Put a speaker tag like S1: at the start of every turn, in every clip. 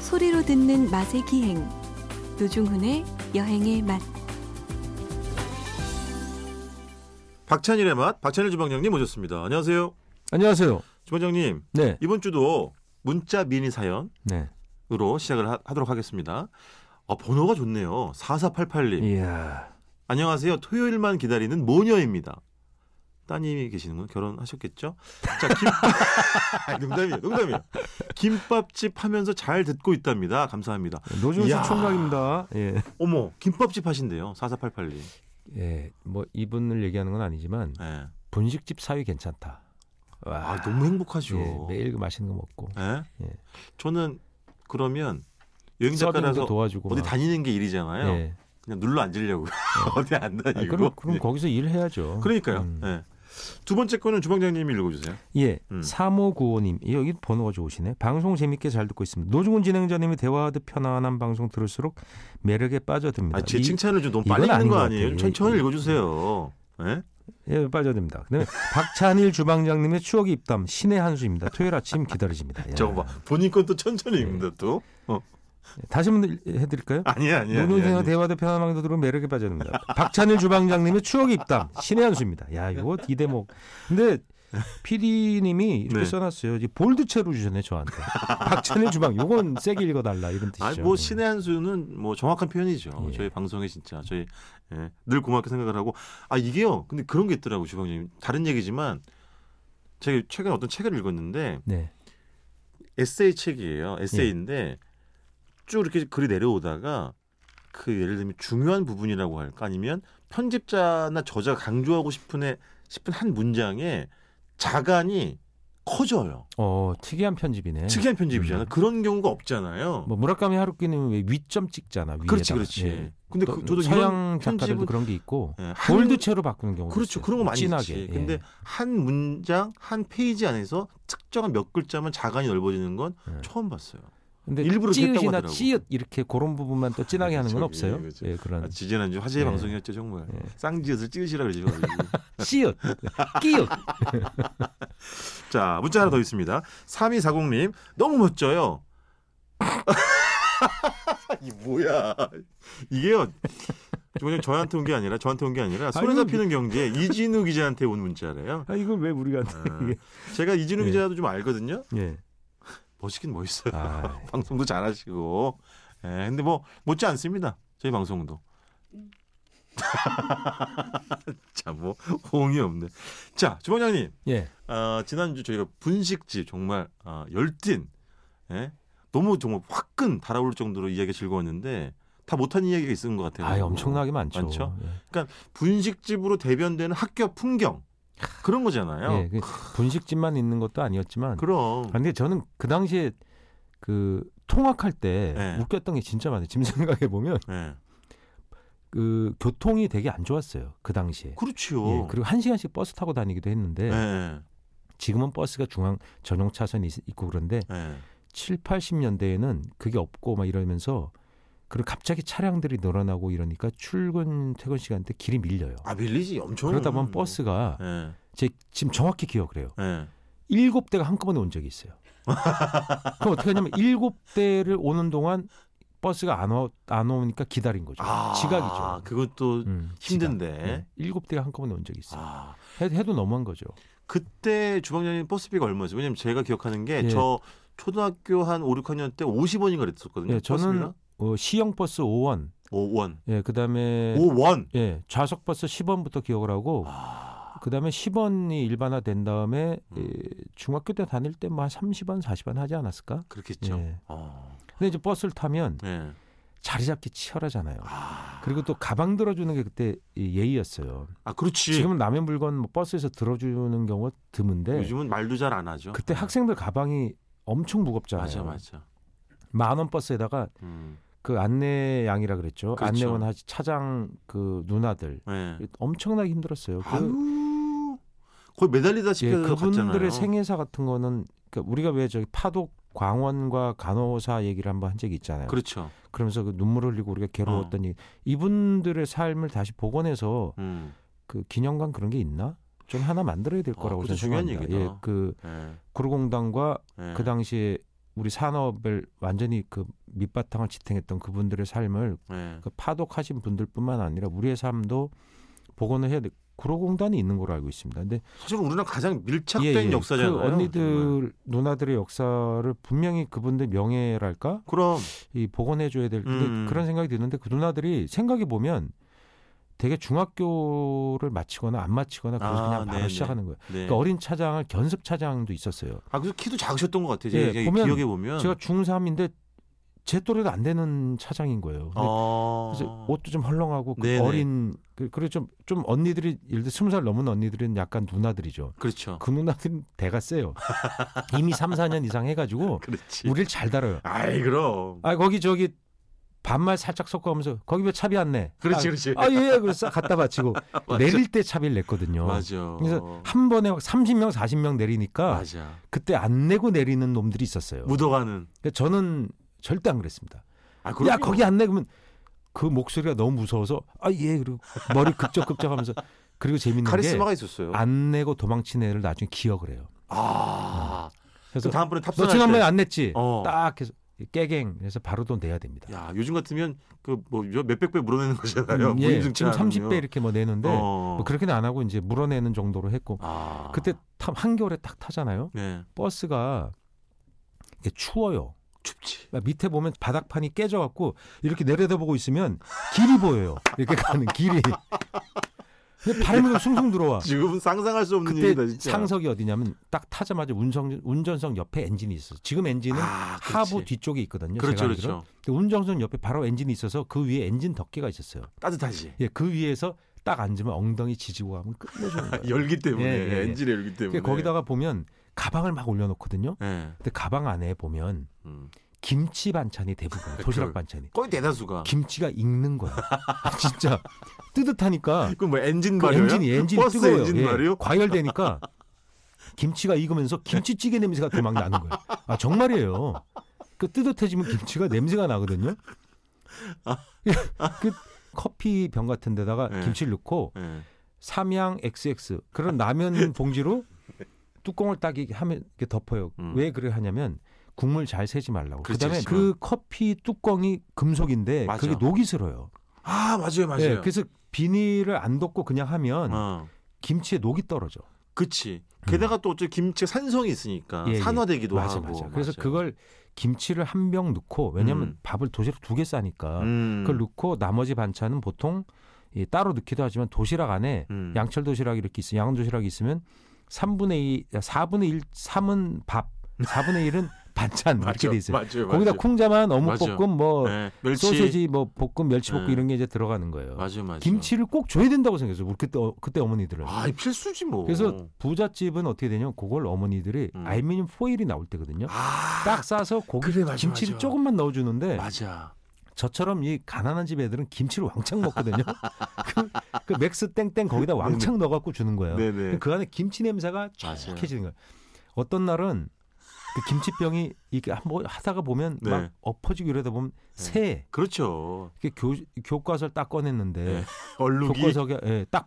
S1: 소리로 듣는 맛의 기행 노중훈의 여행의 맛
S2: 박찬일의 맛, 박찬일 주방장님 모셨습니다. 안녕하세요.
S3: 안녕하세요.
S2: 주방장님,
S3: 네.
S2: 이번 주도 문자 미니 사연으로
S3: 네.
S2: 시작을 하, 도록 하겠습니다. 아, 번호가 좋네요. 4488님.
S3: 예. 이야.
S2: 안녕하세요. 토요일만 기다리는 모녀입니다. 따님이 계시는군. 결혼하셨겠죠? 자, 김밥. 농담이에요. 농담이에요. 김밥집 하면서 잘 듣고 있답니다. 감사합니다.
S3: 노준 씨
S2: 이야.
S3: 총각입니다. 예.
S2: 어머, 김밥집 하신대요. 4488님.
S3: 예. 뭐 이분을 얘기하는 건 아니지만
S2: 예.
S3: 분식집 사위 괜찮다. 와.
S2: 아, 너무 행복하죠.
S3: 예, 매일 그 맛있는 거 먹고.
S2: 예?
S3: 예.
S2: 저는 그러면 여행
S3: 서빙도
S2: 작가라서
S3: 도와주고.
S2: 어디
S3: 막.
S2: 다니는 게 일이잖아요.
S3: 예.
S2: 그냥 눌러 앉으려고 어디 안 다니고.
S3: 네. 아니, 그럼 그럼
S2: 예.
S3: 거기서 일해야죠.
S2: 그러니까요.
S3: 음.
S2: 예. 두 번째 거는 주방장님이 읽어주세요.
S3: 예.
S2: 음.
S3: 3595님. 예, 여기 번호가 좋으시네. 방송 재밌게 잘 듣고 있습니다. 노중훈 진행자님이 대화하듯 편안한 방송 들을수록 매력에 빠져듭니다.
S2: 아, 제
S3: 이-
S2: 칭찬을 좀 너무
S3: 이건
S2: 빨리 읽는
S3: 아닌
S2: 거
S3: 것
S2: 아니에요?
S3: 같아요.
S2: 천천히
S3: 이- 이-
S2: 읽어주세요. 예?
S3: 예, 빠져듭니다. 그다음에 박찬일 주방장님의 추억이 입담 신의 한 수입니다. 토요일 아침 기다려집니다. 예. 야. 네.
S2: 저거 봐. 본인 것도 천천히 읽는다 또. 어.
S3: 다시 한번 해드릴까요?
S2: 아니야 예, 아니야. 아니야,
S3: 노동생과
S2: 아니야.
S3: 대화도 편안하게 들으면 매력에 빠져듭니다. 박찬일 주방장님의 추억이 있다. 신의 한 수입니다. 야 이거 이 대목. 근데 PD님이 이렇게
S2: 네.
S3: 써놨어요. 이제 볼드체로 주셨네 저한테. 박찬일 주방 요건 세게 읽어달라 이런 뜻이죠.
S2: 아니 뭐 신의 한 수는 뭐 정확한 표현이죠.
S3: 예.
S2: 저희 방송에 진짜 저희 예, 늘 고맙게 생각을 하고 아 이게요. 근데 그런 게 있더라고 주방장님. 다른 얘기지만 제가 최근에 어떤 책을 읽었는데
S3: 네.
S2: 에세이 책이에요.
S3: 예.
S2: 에세이인데 쭉 이렇게 글이 내려오다가 그 예를 들면 중요한 부분이라고 할까 아니면 편집자나 저자가 강조하고 싶은 애- 싶은 한 문장에 자간이 커져요.
S3: 어 특이한 편집이네.
S2: 특이한 편집이잖아.
S3: 음.
S2: 그런 경우가 없잖아요.
S3: 뭐 무라카미 하루키는 왜 위점 찍잖아. 위에다가. 예.
S2: 그렇지, 그렇지. 근데 그- 저도
S3: 서양
S2: 이런 편집은-
S3: 작가들도 그런 게 있고
S2: 예, 한-
S3: 볼드체로 바꾸는 경우.
S2: 그렇죠. 그런 거 많이
S3: 진하게. 예.
S2: 있지. 근데 한 문장, 한 페이지 안에서 특정한 몇 글자만 자간이 넓어지는 건
S3: 네.
S2: 처음 봤어요.
S3: 근데
S2: 일부러 그랬다고
S3: 찌읒이나
S2: 하더라고.
S3: 찌읒 이렇게 그런 부분만 또 진하게 하는 건
S2: 그렇죠.
S3: 없어요.
S2: 예, 그렇죠.
S3: 예, 그런
S2: 아, 지지난주 화제의
S3: 예.
S2: 방송이었죠, 정말.
S3: 예.
S2: 쌍지읒을 찍으시라 그러지 말고.
S3: 찌읒, 끼읒.
S2: 자, 문자 하나 더 있습니다. 3240님, 너무 멋져요. 이 뭐야. 이게요. 그냥 저한테 온 게 아니라 저한테 온 게 아니라 손에
S3: 아이고,
S2: 잡히는 경제 이진우 기자한테 온 문자래요.
S3: 아 이건 왜 우리가
S2: 아, 제가 이진우
S3: 예.
S2: 기자도 좀 알거든요.
S3: 예.
S2: 멋있긴 멋있어요.
S3: 아,
S2: 방송도 잘하시고. 예, 근데 뭐 못지 않습니다. 저희 방송도. 자, 뭐 호응이 없네. 자, 주방장님.
S3: 예.
S2: 아, 지난주 저희가 분식집 정말 아, 열띤 예? 너무 정말 화끈 달아올 정도로 이야기 즐거웠는데 다 못한 이야기가 있은 것 같아요.
S3: 아 엄청나게 많죠.
S2: 많죠?
S3: 예.
S2: 분식집으로 대변되는 학교 풍경 그런 거잖아요.
S3: 예, 그 분식집만 있는 것도 아니었지만.
S2: 그럼
S3: 아, 근데 저는 그 당시에 그 통학할 때
S2: 예.
S3: 웃겼던 게 진짜 많아요. 지금 생각해 보면
S2: 예.
S3: 그 교통이 되게 안 좋았어요. 그 당시에.
S2: 그렇지요.
S3: 예, 그리고 한 시간씩 버스 타고 다니기도 했는데
S2: 예,
S3: 지금은 버스가 중앙 전용 차선이 있- 있고 그런데
S2: 예.
S3: 7, 80년대에는 그게 없고 막 이러면서 그리고 갑자기 차량들이 늘어나고 이러니까 출근 퇴근 시간 때 길이 밀려요.
S2: 아뭐 밀리지 엄청.
S3: 그러다 보면 버스가
S2: 예,
S3: 제 지금 정확히 기억을 해요.
S2: 예.
S3: 일곱 대가 한꺼번에 온 적이 있어요. 그럼 어떻게 하냐면 일곱 대를 오는 동안 버스가 안, 와, 안 오니까 기다린 거죠.
S2: 아,
S3: 지각이죠.
S2: 그것도
S3: 음, 예. 지각.
S2: 힘든데.
S3: 네, 일곱 대가 한꺼번에 온 적이 있어요.
S2: 아,
S3: 해- 해도 너무한 거죠.
S2: 그때 주방장님 버스비가 얼마였어요? 왜냐면 제가 기억하는 게
S3: 예.
S2: 저 초등학교 한 5, 6학년 때 50원인가 그랬었거든요.
S3: 예, 저는
S2: 버스비가?
S3: 어, 시형 버스 5원,
S2: 5원.
S3: 예, 그다음에
S2: 5원.
S3: 예, 좌석 버스 10원부터 기억을 하고
S2: 아,
S3: 그다음에 10원이 일반화된 다음에
S2: 음.
S3: 예, 중학교 때 다닐 때 뭐 한 30원, 40원 하지 않았을까?
S2: 그렇겠죠.
S3: 예.
S2: 어.
S3: 근데 이제 버스를 타면
S2: 예.
S3: 자리 잡기 치열하잖아요.
S2: 아,
S3: 그리고 또 가방 들어주는 게 그때 이 예의였어요.
S2: 아, 그렇지.
S3: 지금은 남의 물건 뭐 버스에서 들어주는 경우가 드문데
S2: 요즘은 말도 잘 안 하죠. 음,
S3: 그때 학생들 가방이 엄청 무겁잖아요.
S2: 맞아, 맞아.
S3: 만원 버스에다가
S2: 음.
S3: 그 안내양이라 그랬죠.
S2: 그렇죠.
S3: 안내원 하지 차장 그 누나들
S2: 예.
S3: 엄청나게 힘들었어요. 그-
S2: 아유, 거의 매달리다시피
S3: 예,
S2: 해서 갔잖아요.
S3: 그분들의 생애사 같은 거는 그러니까 우리가 왜 저기 파독 광원과 간호사 얘기를 한번 한 적이 있잖아요. 그
S2: 그렇죠. 어.
S3: 러면서그 눈물 흘리고 우리가 괴로웠던 얘기. 이분들의 삶을 다시 복원해서
S2: 음.
S3: 그 기념관 그런 게 있나? 좀 하나 만들어야 될
S2: 아,
S3: 거라고
S2: 그것도
S3: 저는
S2: 중요한
S3: 생각합니다.
S2: 얘기다.
S3: 예, 그
S2: 예.
S3: 구로공단과
S2: 예.
S3: 그 당시에 우리 산업을 완전히 그 밑바탕을 지탱했던 그분들의 삶을
S2: 네.
S3: 그 파독하신 분들뿐만 아니라 우리의 삶도 복원을 해야 돼. 구로공단이 있는 걸로 알고 있습니다. 근데
S2: 사실 우리랑 가장 밀착된
S3: 예, 예.
S2: 역사잖아요.
S3: 그 언니들
S2: 정말.
S3: 누나들의 역사를 분명히 그분들 명예랄까
S2: 그럼
S3: 이 복원해 줘야 될 근데
S2: 음.
S3: 그런 생각이 드는데 그 누나들이 생각해 보면 되게 중학교를 마치거나 안 마치거나 그래서
S2: 아,
S3: 그냥 바로
S2: 네네.
S3: 시작하는 거예요.
S2: 네.
S3: 그러니까 어린 차장을 견습 차장도 있었어요.
S2: 아 그래서 키도 작으셨던 것 같아요.
S3: 예,
S2: 제가
S3: 보면
S2: 기억에 보면
S3: 제가 중3인데 제 또래도 안 되는 차장인 거예요. 근데
S2: 아...
S3: 그래서 옷도 좀 헐렁하고 그
S2: 네네.
S3: 어린 그- 그리고 좀, 좀 언니들이 예를 들어 스무 살 넘은 언니들은 약간 누나들이죠.
S2: 그렇죠.
S3: 그 누나들은 대가 세요. 이미 3, 4년 이상 해가지고
S2: 그렇지.
S3: 우리를 잘 다뤄요.
S2: 아이 그럼.
S3: 아 거기 저기 반말 살짝 섞어가면서 거기 왜 차비 안 내?
S2: 그렇지
S3: 아,
S2: 그렇지.
S3: 아 예, 그래서 싹 갖다 바치고
S2: 맞아.
S3: 내릴 때 차비를 냈거든요.
S2: 맞아.
S3: 어. 그래서 한 번에 막 30명, 40명 내리니까
S2: 맞아.
S3: 그때 안 내고 내리는 놈들이 있었어요.
S2: 묻어가는.
S3: 근데 저는 절대 안 그랬습니다.
S2: 아
S3: 야
S2: 그럼요.
S3: 거기 안 내 그러면 그 목소리가 너무 무서워서 아 예 그리고 머리 극적극적하면서 그리고 재밌는
S2: 카리스마가 있었어요.
S3: 게 아, 안 내고 도망친 애를 나중에 기억을 해요.
S2: 아.
S3: 그래서
S2: 그럼 다음번에
S3: 너
S2: 탑승할 때.
S3: 지난번에 안 냈지.
S2: 어.
S3: 딱 해서 깨갱 그래서 바로 돈 내야 됩니다.
S2: 야 요즘 같으면 그 뭐 몇백 배 물어내는 거잖아요.
S3: 음, 예, 지금 30배 이렇게 뭐 내는데
S2: 어.
S3: 뭐 그렇게는 안 하고 이제 물어내는 정도로 했고
S2: 아.
S3: 그때 타, 한겨울에 딱 타잖아요.
S2: 네
S3: 버스가 이게 추워요.
S2: 춥지.
S3: 막 밑에 보면 바닥판이 깨져갖고 이렇게 내려다보고 있으면 길이 보여요. 이렇게 가는 길이. 근데 바람이 그냥 숭숭 들어와.
S2: 지금은 상상할 수 없는
S3: 그때
S2: 일이다 진짜.
S3: 상석이 어디냐면 딱 타자마자 운성, 운전석 옆에 엔진이 있어. 요 지금 엔진은
S2: 아, 그렇지.
S3: 하부 뒤쪽에 있거든요.
S2: 그렇죠
S3: 제가 알기로.
S2: 그렇죠.
S3: 근데 운전석 옆에 바로 엔진이 있어서 그 위에 엔진 덮개가 있었어요.
S2: 따뜻하지.
S3: 예, 그 위에서 딱 앉으면 엉덩이 지지고 하면 끝내주는 거예요.
S2: 열기 때문에
S3: 예, 예, 예.
S2: 엔진 열기 때문에.
S3: 근데 거기다가 보면 가방을 막 올려놓거든요.
S2: 예.
S3: 근데 가방 안에 보면
S2: 음.
S3: 김치 반찬이 대부분 도시락
S2: 그걸- 아.
S3: 반찬이
S2: 거의 대다수가.
S3: 김치가 익는 거야. 진짜 뜨뜻하니까
S2: 그럼 뭐 엔진
S3: 그
S2: 말이에요?
S3: 엔진이 엔진이
S2: 버스
S3: 뜨거워요.
S2: 엔진
S3: 예,
S2: 말이요?
S3: 과열되니까 김치가 익으면서 김치찌개 냄새가 또 막 나는 거예요. 아 정말이에요. 그 뜨뜻해지면 김치가 냄새가 나거든요.
S2: 아.
S3: 그 커피 병 같은 데다가
S2: 네.
S3: 김치를 넣고
S2: 예.
S3: 삼양 XX 그런 라면 봉지로 뚜껑을 딱 이렇게 하면 이렇게 덮어요.
S2: 음.
S3: 왜 그래 하냐면 국물 잘 새지 말라고.
S2: 그렇지,
S3: 그다음에
S2: 그렇지만.
S3: 그 커피 뚜껑이 금속인데
S2: 맞아.
S3: 그게 녹이 슬어요.
S2: 아 맞아요 맞아요.
S3: 예, 그래서 비닐을 안 덮고 그냥 하면
S2: 어.
S3: 김치에 녹이 떨어져.
S2: 그치. 게다가 또 어째 김치 산성이 있으니까
S3: 예, 예.
S2: 산화되기도
S3: 맞아,
S2: 하고.
S3: 맞아. 그래서
S2: 맞아요.
S3: 그걸 김치를 한 병 넣고 왜냐하면
S2: 음.
S3: 밥을 도시락 두 개 싸니까
S2: 음.
S3: 그걸 넣고 나머지 반찬은 보통 이 따로 넣기도 하지만 도시락 안에
S2: 음.
S3: 양철 도시락 이렇게 있어 양은 도시락이 있으면 3분의 2, 4분의 1, 3은 밥, 4분의 1은 반찬 이렇게 돼 있어요.
S2: 맞아요.
S3: 거기다
S2: 맞아요.
S3: 콩자만 어묵
S2: 맞아요.
S3: 볶음, 뭐
S2: 예, 멸치
S3: 소세지, 뭐 볶음, 멸치 볶음
S2: 네.
S3: 이런 게 이제 들어가는 거예요.
S2: 맞아요 맞아요.
S3: 김치를 꼭 줘야 된다고 생각했어요. 우리 그때 어, 그때 어머니들은.
S2: 아 필수지 뭐.
S3: 그래서 부잣집은 어떻게 되냐면 그걸 어머니들이
S2: 음.
S3: 알루미늄 포일이 나올 때거든요.
S2: 아,
S3: 딱 싸서 고기
S2: 그래, 맞아,
S3: 김치를
S2: 맞아.
S3: 조금만 넣어주는데
S2: 맞아.
S3: 저처럼 이 가난한 집 애들은 김치를 왕창 먹거든요. 그, 그 맥스 땡땡 거기다 왕창 넣어갖고 주는 거예요.
S2: 네네.
S3: 그 안에 김치 냄새가
S2: 맞아요.
S3: 쫙해지는 거예요. 어떤 날은 그 김치병이 이렇게 한번 하다가 보면
S2: 네.
S3: 막 엎어지고 이러다 보면 새
S2: 그렇죠.
S3: 이렇게 교, 교과서를 딱 꺼냈는데
S2: 네. 얼룩이
S3: 교과서에 예, 딱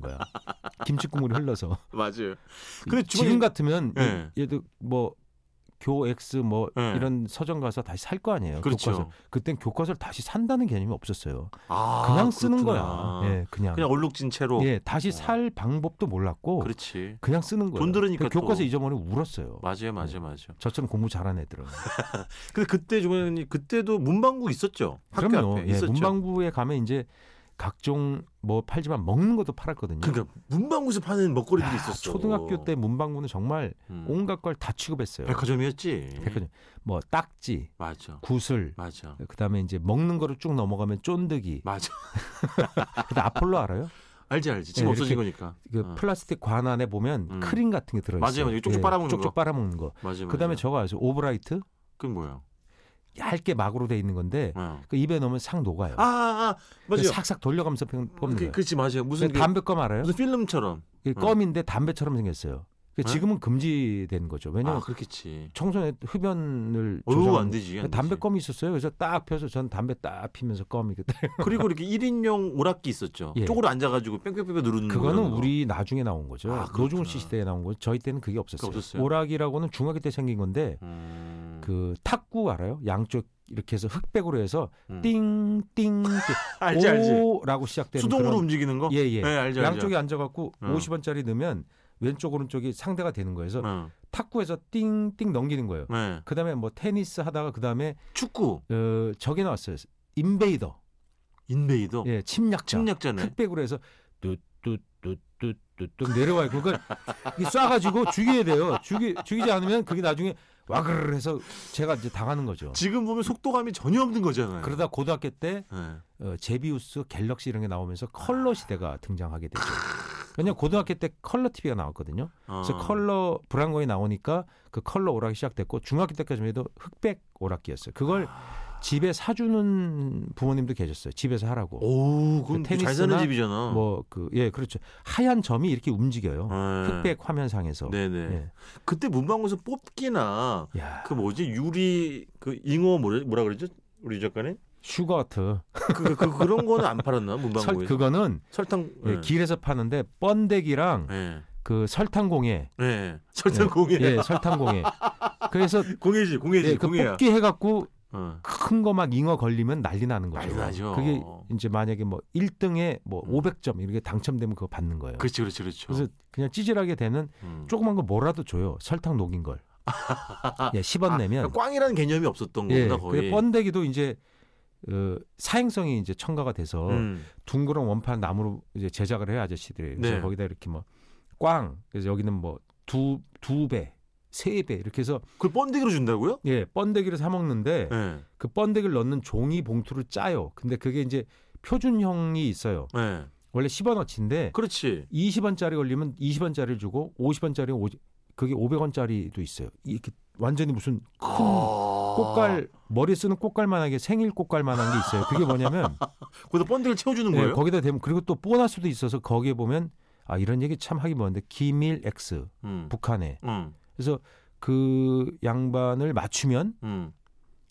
S3: 거야. 김치 국물이 흘러서.
S2: 맞아요. 근데
S3: 지금 같으면
S2: 예.
S3: 예. 얘도 뭐 교엑스 뭐
S2: 예.
S3: 이런 서점 가서 다시 살 거 아니에요.
S2: 그렇죠.
S3: 교과서. 그땐 교과서를 다시 산다는 개념이 없었어요.
S2: 아,
S3: 그냥 쓰는
S2: 그렇구나.
S3: 거야. 예, 그냥.
S2: 그냥 얼룩진 채로.
S3: 예, 다시
S2: 어.
S3: 살 방법도 몰랐고
S2: 그렇지.
S3: 그냥 쓰는 거예요.
S2: 돈 들으니까
S3: 그러니까 교과서
S2: 또.
S3: 잊어버리고 울었어요.
S2: 맞아요, 맞아요,
S3: 네.
S2: 맞아요.
S3: 저처럼 공부 잘한 애들은.
S2: 근데 그때 조원님 그때도 문방구 있었죠. 학교
S3: 그럼요.
S2: 앞에
S3: 예,
S2: 있었죠.
S3: 문방구에 가면 이제 각종 뭐 팔지만 먹는 것도 팔았거든요.
S2: 그러니까 문방구에서 파는 먹거리들이
S3: 야,
S2: 있었어.
S3: 초등학교 때 문방구는 정말
S2: 음.
S3: 온갖 걸 다 취급했어요.
S2: 백화점이었지.
S3: 백화점. 예. 뭐 딱지,
S2: 맞아,
S3: 구슬,
S2: 맞아,
S3: 그다음에 이제 먹는 거로 쭉 넘어가면 쫀득이.
S2: 맞아.
S3: 그다음 아폴로 알아요?
S2: 알지, 알지. 지금
S3: 예,
S2: 없어진
S3: 이렇게
S2: 거니까.
S3: 그
S2: 어.
S3: 플라스틱 관 안에 보면
S2: 음.
S3: 크림 같은 게 들어 있어요. 예,
S2: 맞아요, 맞아요. 쪽쪽 빨아먹는
S3: 쪽쪽
S2: 거. 네,
S3: 빨아먹는 거.
S2: 맞아, 맞아.
S3: 그다음에 저거 아세요? 오브라이트?
S2: 그 뭐야?
S3: 얇게 막으로 돼 있는 건데
S2: 어.
S3: 그 입에 넣으면 싹 녹아요.
S2: 아, 아, 아 맞아요.
S3: 그래서 싹싹 돌려가면서 펴- 뽑는
S2: 그,
S3: 거예요.
S2: 그렇지, 맞아요. 무슨
S3: 근데
S2: 그,
S3: 담배 껌 알아요?
S2: 무슨 필름처럼.
S3: 그 껌인데 담배처럼 생겼어요. 그
S2: 네?
S3: 지금은 금지된 거죠.
S2: 아,
S3: 왜냐하면
S2: 그렇겠지.
S3: 청소년 흡연을
S2: 어우 안
S3: 조장하는
S2: 되지. 안 되지.
S3: 담배 껌이 있었어요. 그래서 딱 펴서 전 담배 딱 피면서 껌이 그때
S2: 그리고 이렇게 1인용 오락기 있었죠.
S3: 예.
S2: 쪽으로 앉아가지고 뺑뺑뺑뺑 누르는
S3: 그거는
S2: 거.
S3: 우리 나중에 나온 거죠.
S2: 음, 아,
S3: 노중훈
S2: 그렇구나.
S3: 씨 시대에 나온 거죠. 저희 때는 그게 없었어요.
S2: 그거 없었어요?
S3: 오락이라고는 중학교 때 생긴 건데
S2: 음.
S3: 그 탁구 알아요? 양쪽 이렇게 해서 흑백으로 해서
S2: 음.
S3: 띵띵
S2: 알지 알지.
S3: 오라고 시작되는
S2: 수동으로
S3: 그런
S2: 움직이는 거.
S3: 예예
S2: 네, 알죠, 알죠.
S3: 양쪽에 앉아갖고
S2: 어.
S3: 50원짜리 넣으면 왼쪽 오른쪽이 상대가 되는 거에서
S2: 어,
S3: 탁구에서 띵띵 넘기는 거예요.
S2: 네.
S3: 그다음에 뭐 테니스 하다가 그다음에
S2: 축구
S3: 어, 저기 나왔어요. 인베이더
S2: 인베이더
S3: 예 침략자
S2: 어. 침략자네.
S3: 흑백으로 해서 뚜뚜뚜뚜뚜뚜 내려와요. 그걸 이게 쏴가지고 죽여야 돼요. 죽이 죽이지 않으면 그게 나중에 와그르 해서 제가 이제 당하는 거죠.
S2: 지금 보면 속도감이 전혀 없는 거잖아요.
S3: 그러다 고등학교 때
S2: 네.
S3: 어, 제비우스, 갤럭시 이런 게 나오면서 컬러 시대가 등장하게 되죠. 왜냐면 고등학교 때 컬러 TV가 나왔거든요.
S2: 어.
S3: 그래서 컬러 브랑건이 나오니까 그 컬러 오락이 시작됐고 중학교 때까지만 해도 흑백 오락기였어요. 그걸
S2: 아.
S3: 집에 사주는 부모님도 계셨어요. 집에서 하라고.
S2: 오, 그건
S3: 그
S2: 잘 사는
S3: 테니스나
S2: 집이잖아.
S3: 뭐 그 예 그렇죠. 하얀 점이 이렇게 움직여요.
S2: 네.
S3: 흑백 화면상에서.
S2: 네네.
S3: 예.
S2: 그때 문방구에서 뽑기나
S3: 야
S2: 그 뭐지 유리 그 잉어 뭐라, 뭐라 그러죠? 우리 작가님?
S3: 슈거트.
S2: 그, 그, 그, 런 거는 안 팔았나
S3: 설,
S2: 문방구에? 서
S3: 그거는
S2: 설탕.
S3: 예,
S2: 예.
S3: 길에서 파는데 번데기랑
S2: 예.
S3: 그 설탕공예.
S2: 예. 설탕 공예.
S3: 예 설탕공예. 그래서
S2: 공예지 공예지
S3: 예, 그
S2: 공예야.
S3: 뽑기 해갖고
S2: 어.
S3: 큰 거 막 잉어 걸리면 난리 나는 거죠.
S2: 난리 나죠.
S3: 그게 이제 만약에 뭐 1등에 뭐
S2: 음.
S3: 500점 이렇게 당첨되면 그거 받는 거예요. 그,
S2: 그렇지 그렇지 그렇죠.
S3: 래서 그냥 찌질하게 되는
S2: 음.
S3: 조그만 거 뭐라도 줘요. 설탕 녹인 걸. 예, 10원
S2: 아,
S3: 내면.
S2: 그러니까 꽝이라는 개념이 없었던
S3: 예,
S2: 거구나
S3: 그게
S2: 거의.
S3: 번데기도 이제 어, 사행성이 이제 첨가가 돼서
S2: 음.
S3: 둥그런 원판 나무로 이제 제작을 해요 아저씨들이. 그래서
S2: 네.
S3: 거기다 이렇게 뭐 꽝 그래서 여기는 뭐 두 두 배, 세 배 이렇게 해서
S2: 그걸 번데기로 준다고요?
S3: 예, 번데기를 사 먹는데
S2: 예.
S3: 그 번데기를 넣는 종이 봉투를 짜요. 근데 그게 이제 표준형이 있어요.
S2: 예.
S3: 원래 10원어치인데
S2: 그렇지.
S3: 20원짜리 걸리면 20원짜리를 주고 50원짜리 오 그게 500원짜리도 있어요. 이렇게 완전히 무슨 큰
S2: 아.
S3: 꽃갈 머리 쓰는 꽃갈만하게 생일 꽃갈만한 게 있어요. 그게 뭐냐면
S2: 거기다 번데기를 채워주는
S3: 예,
S2: 거예요?
S3: 거기다 대면 그리고 또 보너스도 있어서 거기에 보면 아 이런 얘기 참 하기 뭐한데 기밀 X
S2: 음.
S3: 북한에
S2: 음.
S3: 그래서 그 양반을 맞추면
S2: 음.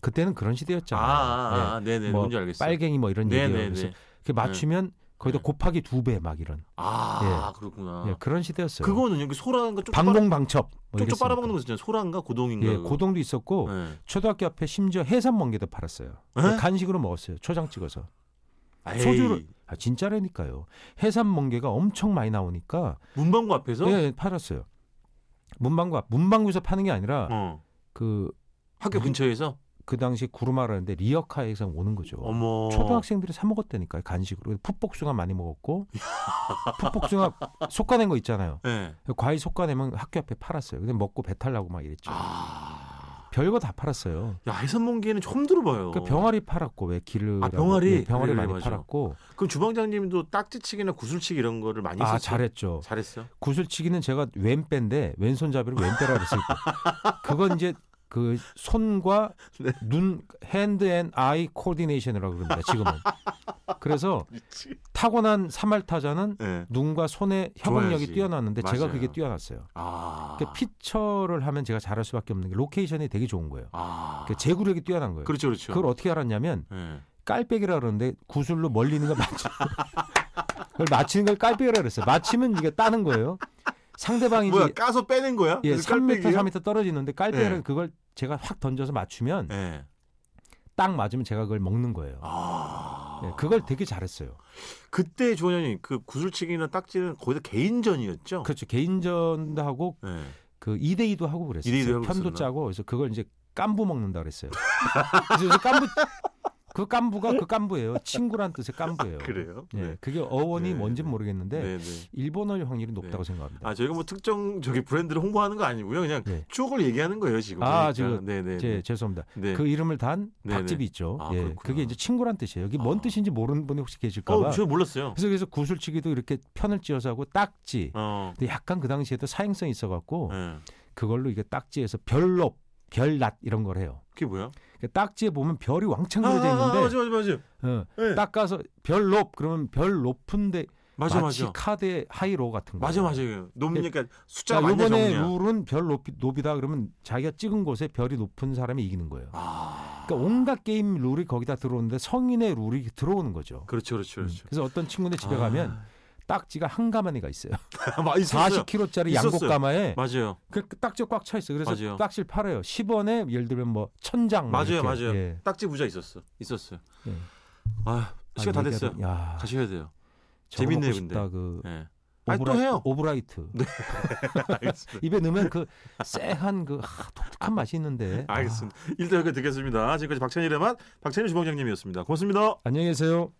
S3: 그때는 그런
S2: 아,
S3: 시대였잖아요.
S2: 아,
S3: 예,
S2: 아, 네네.
S3: 뭐
S2: 뭔지 알겠어.
S3: 빨갱이 뭐 이런 얘기예요. 그래서
S2: 네네네.
S3: 그 맞추면 거기다
S2: 네.
S3: 곱하기 두 배 막 이런
S2: 아, 그렇구나.
S3: 예, 그런 시대였어요.
S2: 그거는요. 그 소란가 쪽쪽 빨아,
S3: 방공방첩 뭐
S2: 쪽쪽
S3: 이랬으니까.
S2: 빨아먹는 거 있잖아요. 소란가 고동인가.
S3: 예,
S2: 그거.
S3: 고동도 있었고
S2: 예.
S3: 초등학교 앞에 심지어 해산 멍게도 팔았어요. 예,
S2: 에?
S3: 간식으로 먹었어요. 초장 찍어서.
S2: 에이,
S3: 소주를- 아, 진짜라니까요. 해산 멍게가 엄청 많이 나오니까
S2: 문방구 앞에서
S3: 예, 예, 팔았어요. 문방구 앞- 문방구에서 파는 게 아니라
S2: 어.
S3: 그 그
S2: 학교
S3: 문-
S2: 근처에서
S3: 당시 구루마라는데 리어카에서 오는 거죠.
S2: 어머
S3: 뭐 초등학생들이 사 먹었다니까요 간식으로 풋복숭아 많이 먹었고 풋복숭아 솎아낸 거 있잖아요.
S2: 예.
S3: 과일 솎아내면 학교 앞에 팔았어요. 근데 먹고 배탈나고 막 이랬죠.
S2: 아.
S3: 별거 다 팔았어요.
S2: 야, 해산몽기에는 처음 들어봐요.
S3: 그 병아리 팔았고 왜 길을
S2: 아, 병아리?
S3: 병아리
S2: 그래,
S3: 많이
S2: 맞아.
S3: 팔았고
S2: 그럼 주방장님도 딱지치기나 구슬치기 이런 거를 많이 했었어요.
S3: 아 잘했죠.
S2: 잘했어.
S3: 구슬치기는 제가 왼배인데 왼손잡이를 왼배라 그랬어요. 그건 이제 그 손과
S2: 네.
S3: 눈 핸드 앤 아이 코디네이션이라고 그럽니다. 지금은. 그래서 타고난 사말타자는
S2: 예.
S3: 눈과 손의 협응력이
S2: 좋아야지.
S3: 뛰어났는데 제가
S2: 맞아요.
S3: 그게 뛰어났어요.
S2: 아.
S3: 그러니까 피처를 하면 제가 잘할 수밖에 없는 게 로케이션이 되게 좋은 거예요.
S2: 아.
S3: 그러니까 제구력이 뛰어난 거예요.
S2: 그렇죠, 그렇죠.
S3: 그걸 어떻게 알았냐면
S2: 예.
S3: 깔빼기라 그러는데 구슬로 멀리 있는 걸 맞추. 그걸 맞추는 걸 깔빼기라 그랬어요. 맞히면 이게 따는 거예요. 어, 상대방이
S2: 뭐야,
S3: 이제
S2: 까서 빼는 거야?
S3: 예,
S2: 그래서
S3: 3m,
S2: 깔빼기야?
S3: 4m 떨어지는데 깔빼기를
S2: 예.
S3: 그걸 제가 확 던져서 맞추면
S2: 예.
S3: 딱 맞으면 제가 그걸 먹는 거예요.
S2: 아.
S3: 예, 그걸 되게 잘했어요.
S2: 그때 조원현이 그 구슬치기나 딱지는 거의 다 개인전이었죠.
S3: 그렇죠. 개인전도 하고
S2: 예.
S3: 그 2대 2도 하고 그랬어요.
S2: 2대2도 하고
S3: 편도
S2: 그랬었나?
S3: 짜고 그래서 그걸 이제 깐부 먹는다 그랬어요. 그래서 요새 깐부 그 깐부가 그 깐부예요. 친구란 뜻의 깐부예요.
S2: 그래요.
S3: 예,
S2: 네.
S3: 그게 어원이
S2: 네,
S3: 뭔진
S2: 네.
S3: 모르겠는데
S2: 네, 네.
S3: 일본어일 확률이 높다고 생각합니다.
S2: 아 저희가 뭐 특정 저기 브랜드를 홍보하는 거 아니고요. 그냥
S3: 네.
S2: 추억을 얘기하는 거예요 지금.
S3: 아,
S2: 보니까.
S3: 지금
S2: 네네.
S3: 제 죄송합니다.
S2: 네.
S3: 그 이름을 단
S2: 네,
S3: 밥집이
S2: 네.
S3: 있죠.
S2: 아,
S3: 예,
S2: 그렇구나.
S3: 그게 이제 친구란 뜻이에요. 이게 뭔
S2: 아.
S3: 뜻인지 모르는 분이 혹시 계실까봐.
S2: 어, 저 몰랐어요.
S3: 그래서 그래서 구슬치기도 이렇게 편을 찧어서 하고 딱지.
S2: 어.
S3: 근데 약간 그 당시에도 사행성이 있어갖고
S2: 네.
S3: 그걸로 이게 딱지에서 별롭, 별낫 이런 걸 해요.
S2: 그게 뭐야?
S3: 그 딱지에 보면 별이 왕창
S2: 아,
S3: 그려져
S2: 아, 아,
S3: 있는데
S2: 맞아 맞아 맞아.
S3: 어,
S2: 네.
S3: 닦아서 별 높 그러면 별 높은데
S2: 맞아
S3: 마치
S2: 맞아.
S3: 카드의 하이로 같은 거.
S2: 맞아 맞아. 높으니까 예. 그러니까 숫자가
S3: 야,
S2: 많냐
S3: 이번에
S2: 적냐.
S3: 룰은 별 높이, 높이다 그러면 자기가 찍은 곳에 별이 높은 사람이 이기는 거예요.
S2: 아.
S3: 그러니까 온갖 게임 룰이 거기다 들어오는데 성인의 룰이 들어오는 거죠.
S2: 그렇죠 그렇죠
S3: 음,
S2: 그렇죠.
S3: 그래서 어떤 친구네 집에
S2: 아,
S3: 가면 딱지가 한 가마니가 있어요.
S2: 막 있었어요.
S3: 40kg짜리
S2: 있었어요.
S3: 양곡 가마에
S2: 맞아요.
S3: 그 딱지가 꽉 차 있어. 요 그래서
S2: 맞아요.
S3: 딱지를 팔아요. 10원에 예를 들면 뭐 천장 뭐
S2: 맞아요,
S3: 이렇게.
S2: 맞아요.
S3: 예.
S2: 딱지 부자 있었어. 있었어요.
S3: 예.
S2: 아, 시간
S3: 아,
S2: 다 됐어요.
S3: 얘기하다- 야,
S2: 가셔야 돼요.
S3: 저거
S2: 재밌네요,
S3: 먹고 싶다, 그
S2: 예. 네. 아니, 또
S3: 오브라,
S2: 해요.
S3: 오브라이트.
S2: 알겠습니다.
S3: 입에 넣으면 그 쎄한 그 아, 독특한 맛이 있는데. 아,
S2: 알겠습니다. 일단 여기 듣겠습니다. 지금까지 박찬일의 맛, 박찬일 주방장님이었습니다. 고맙습니다.
S3: 아, 안녕히 계세요.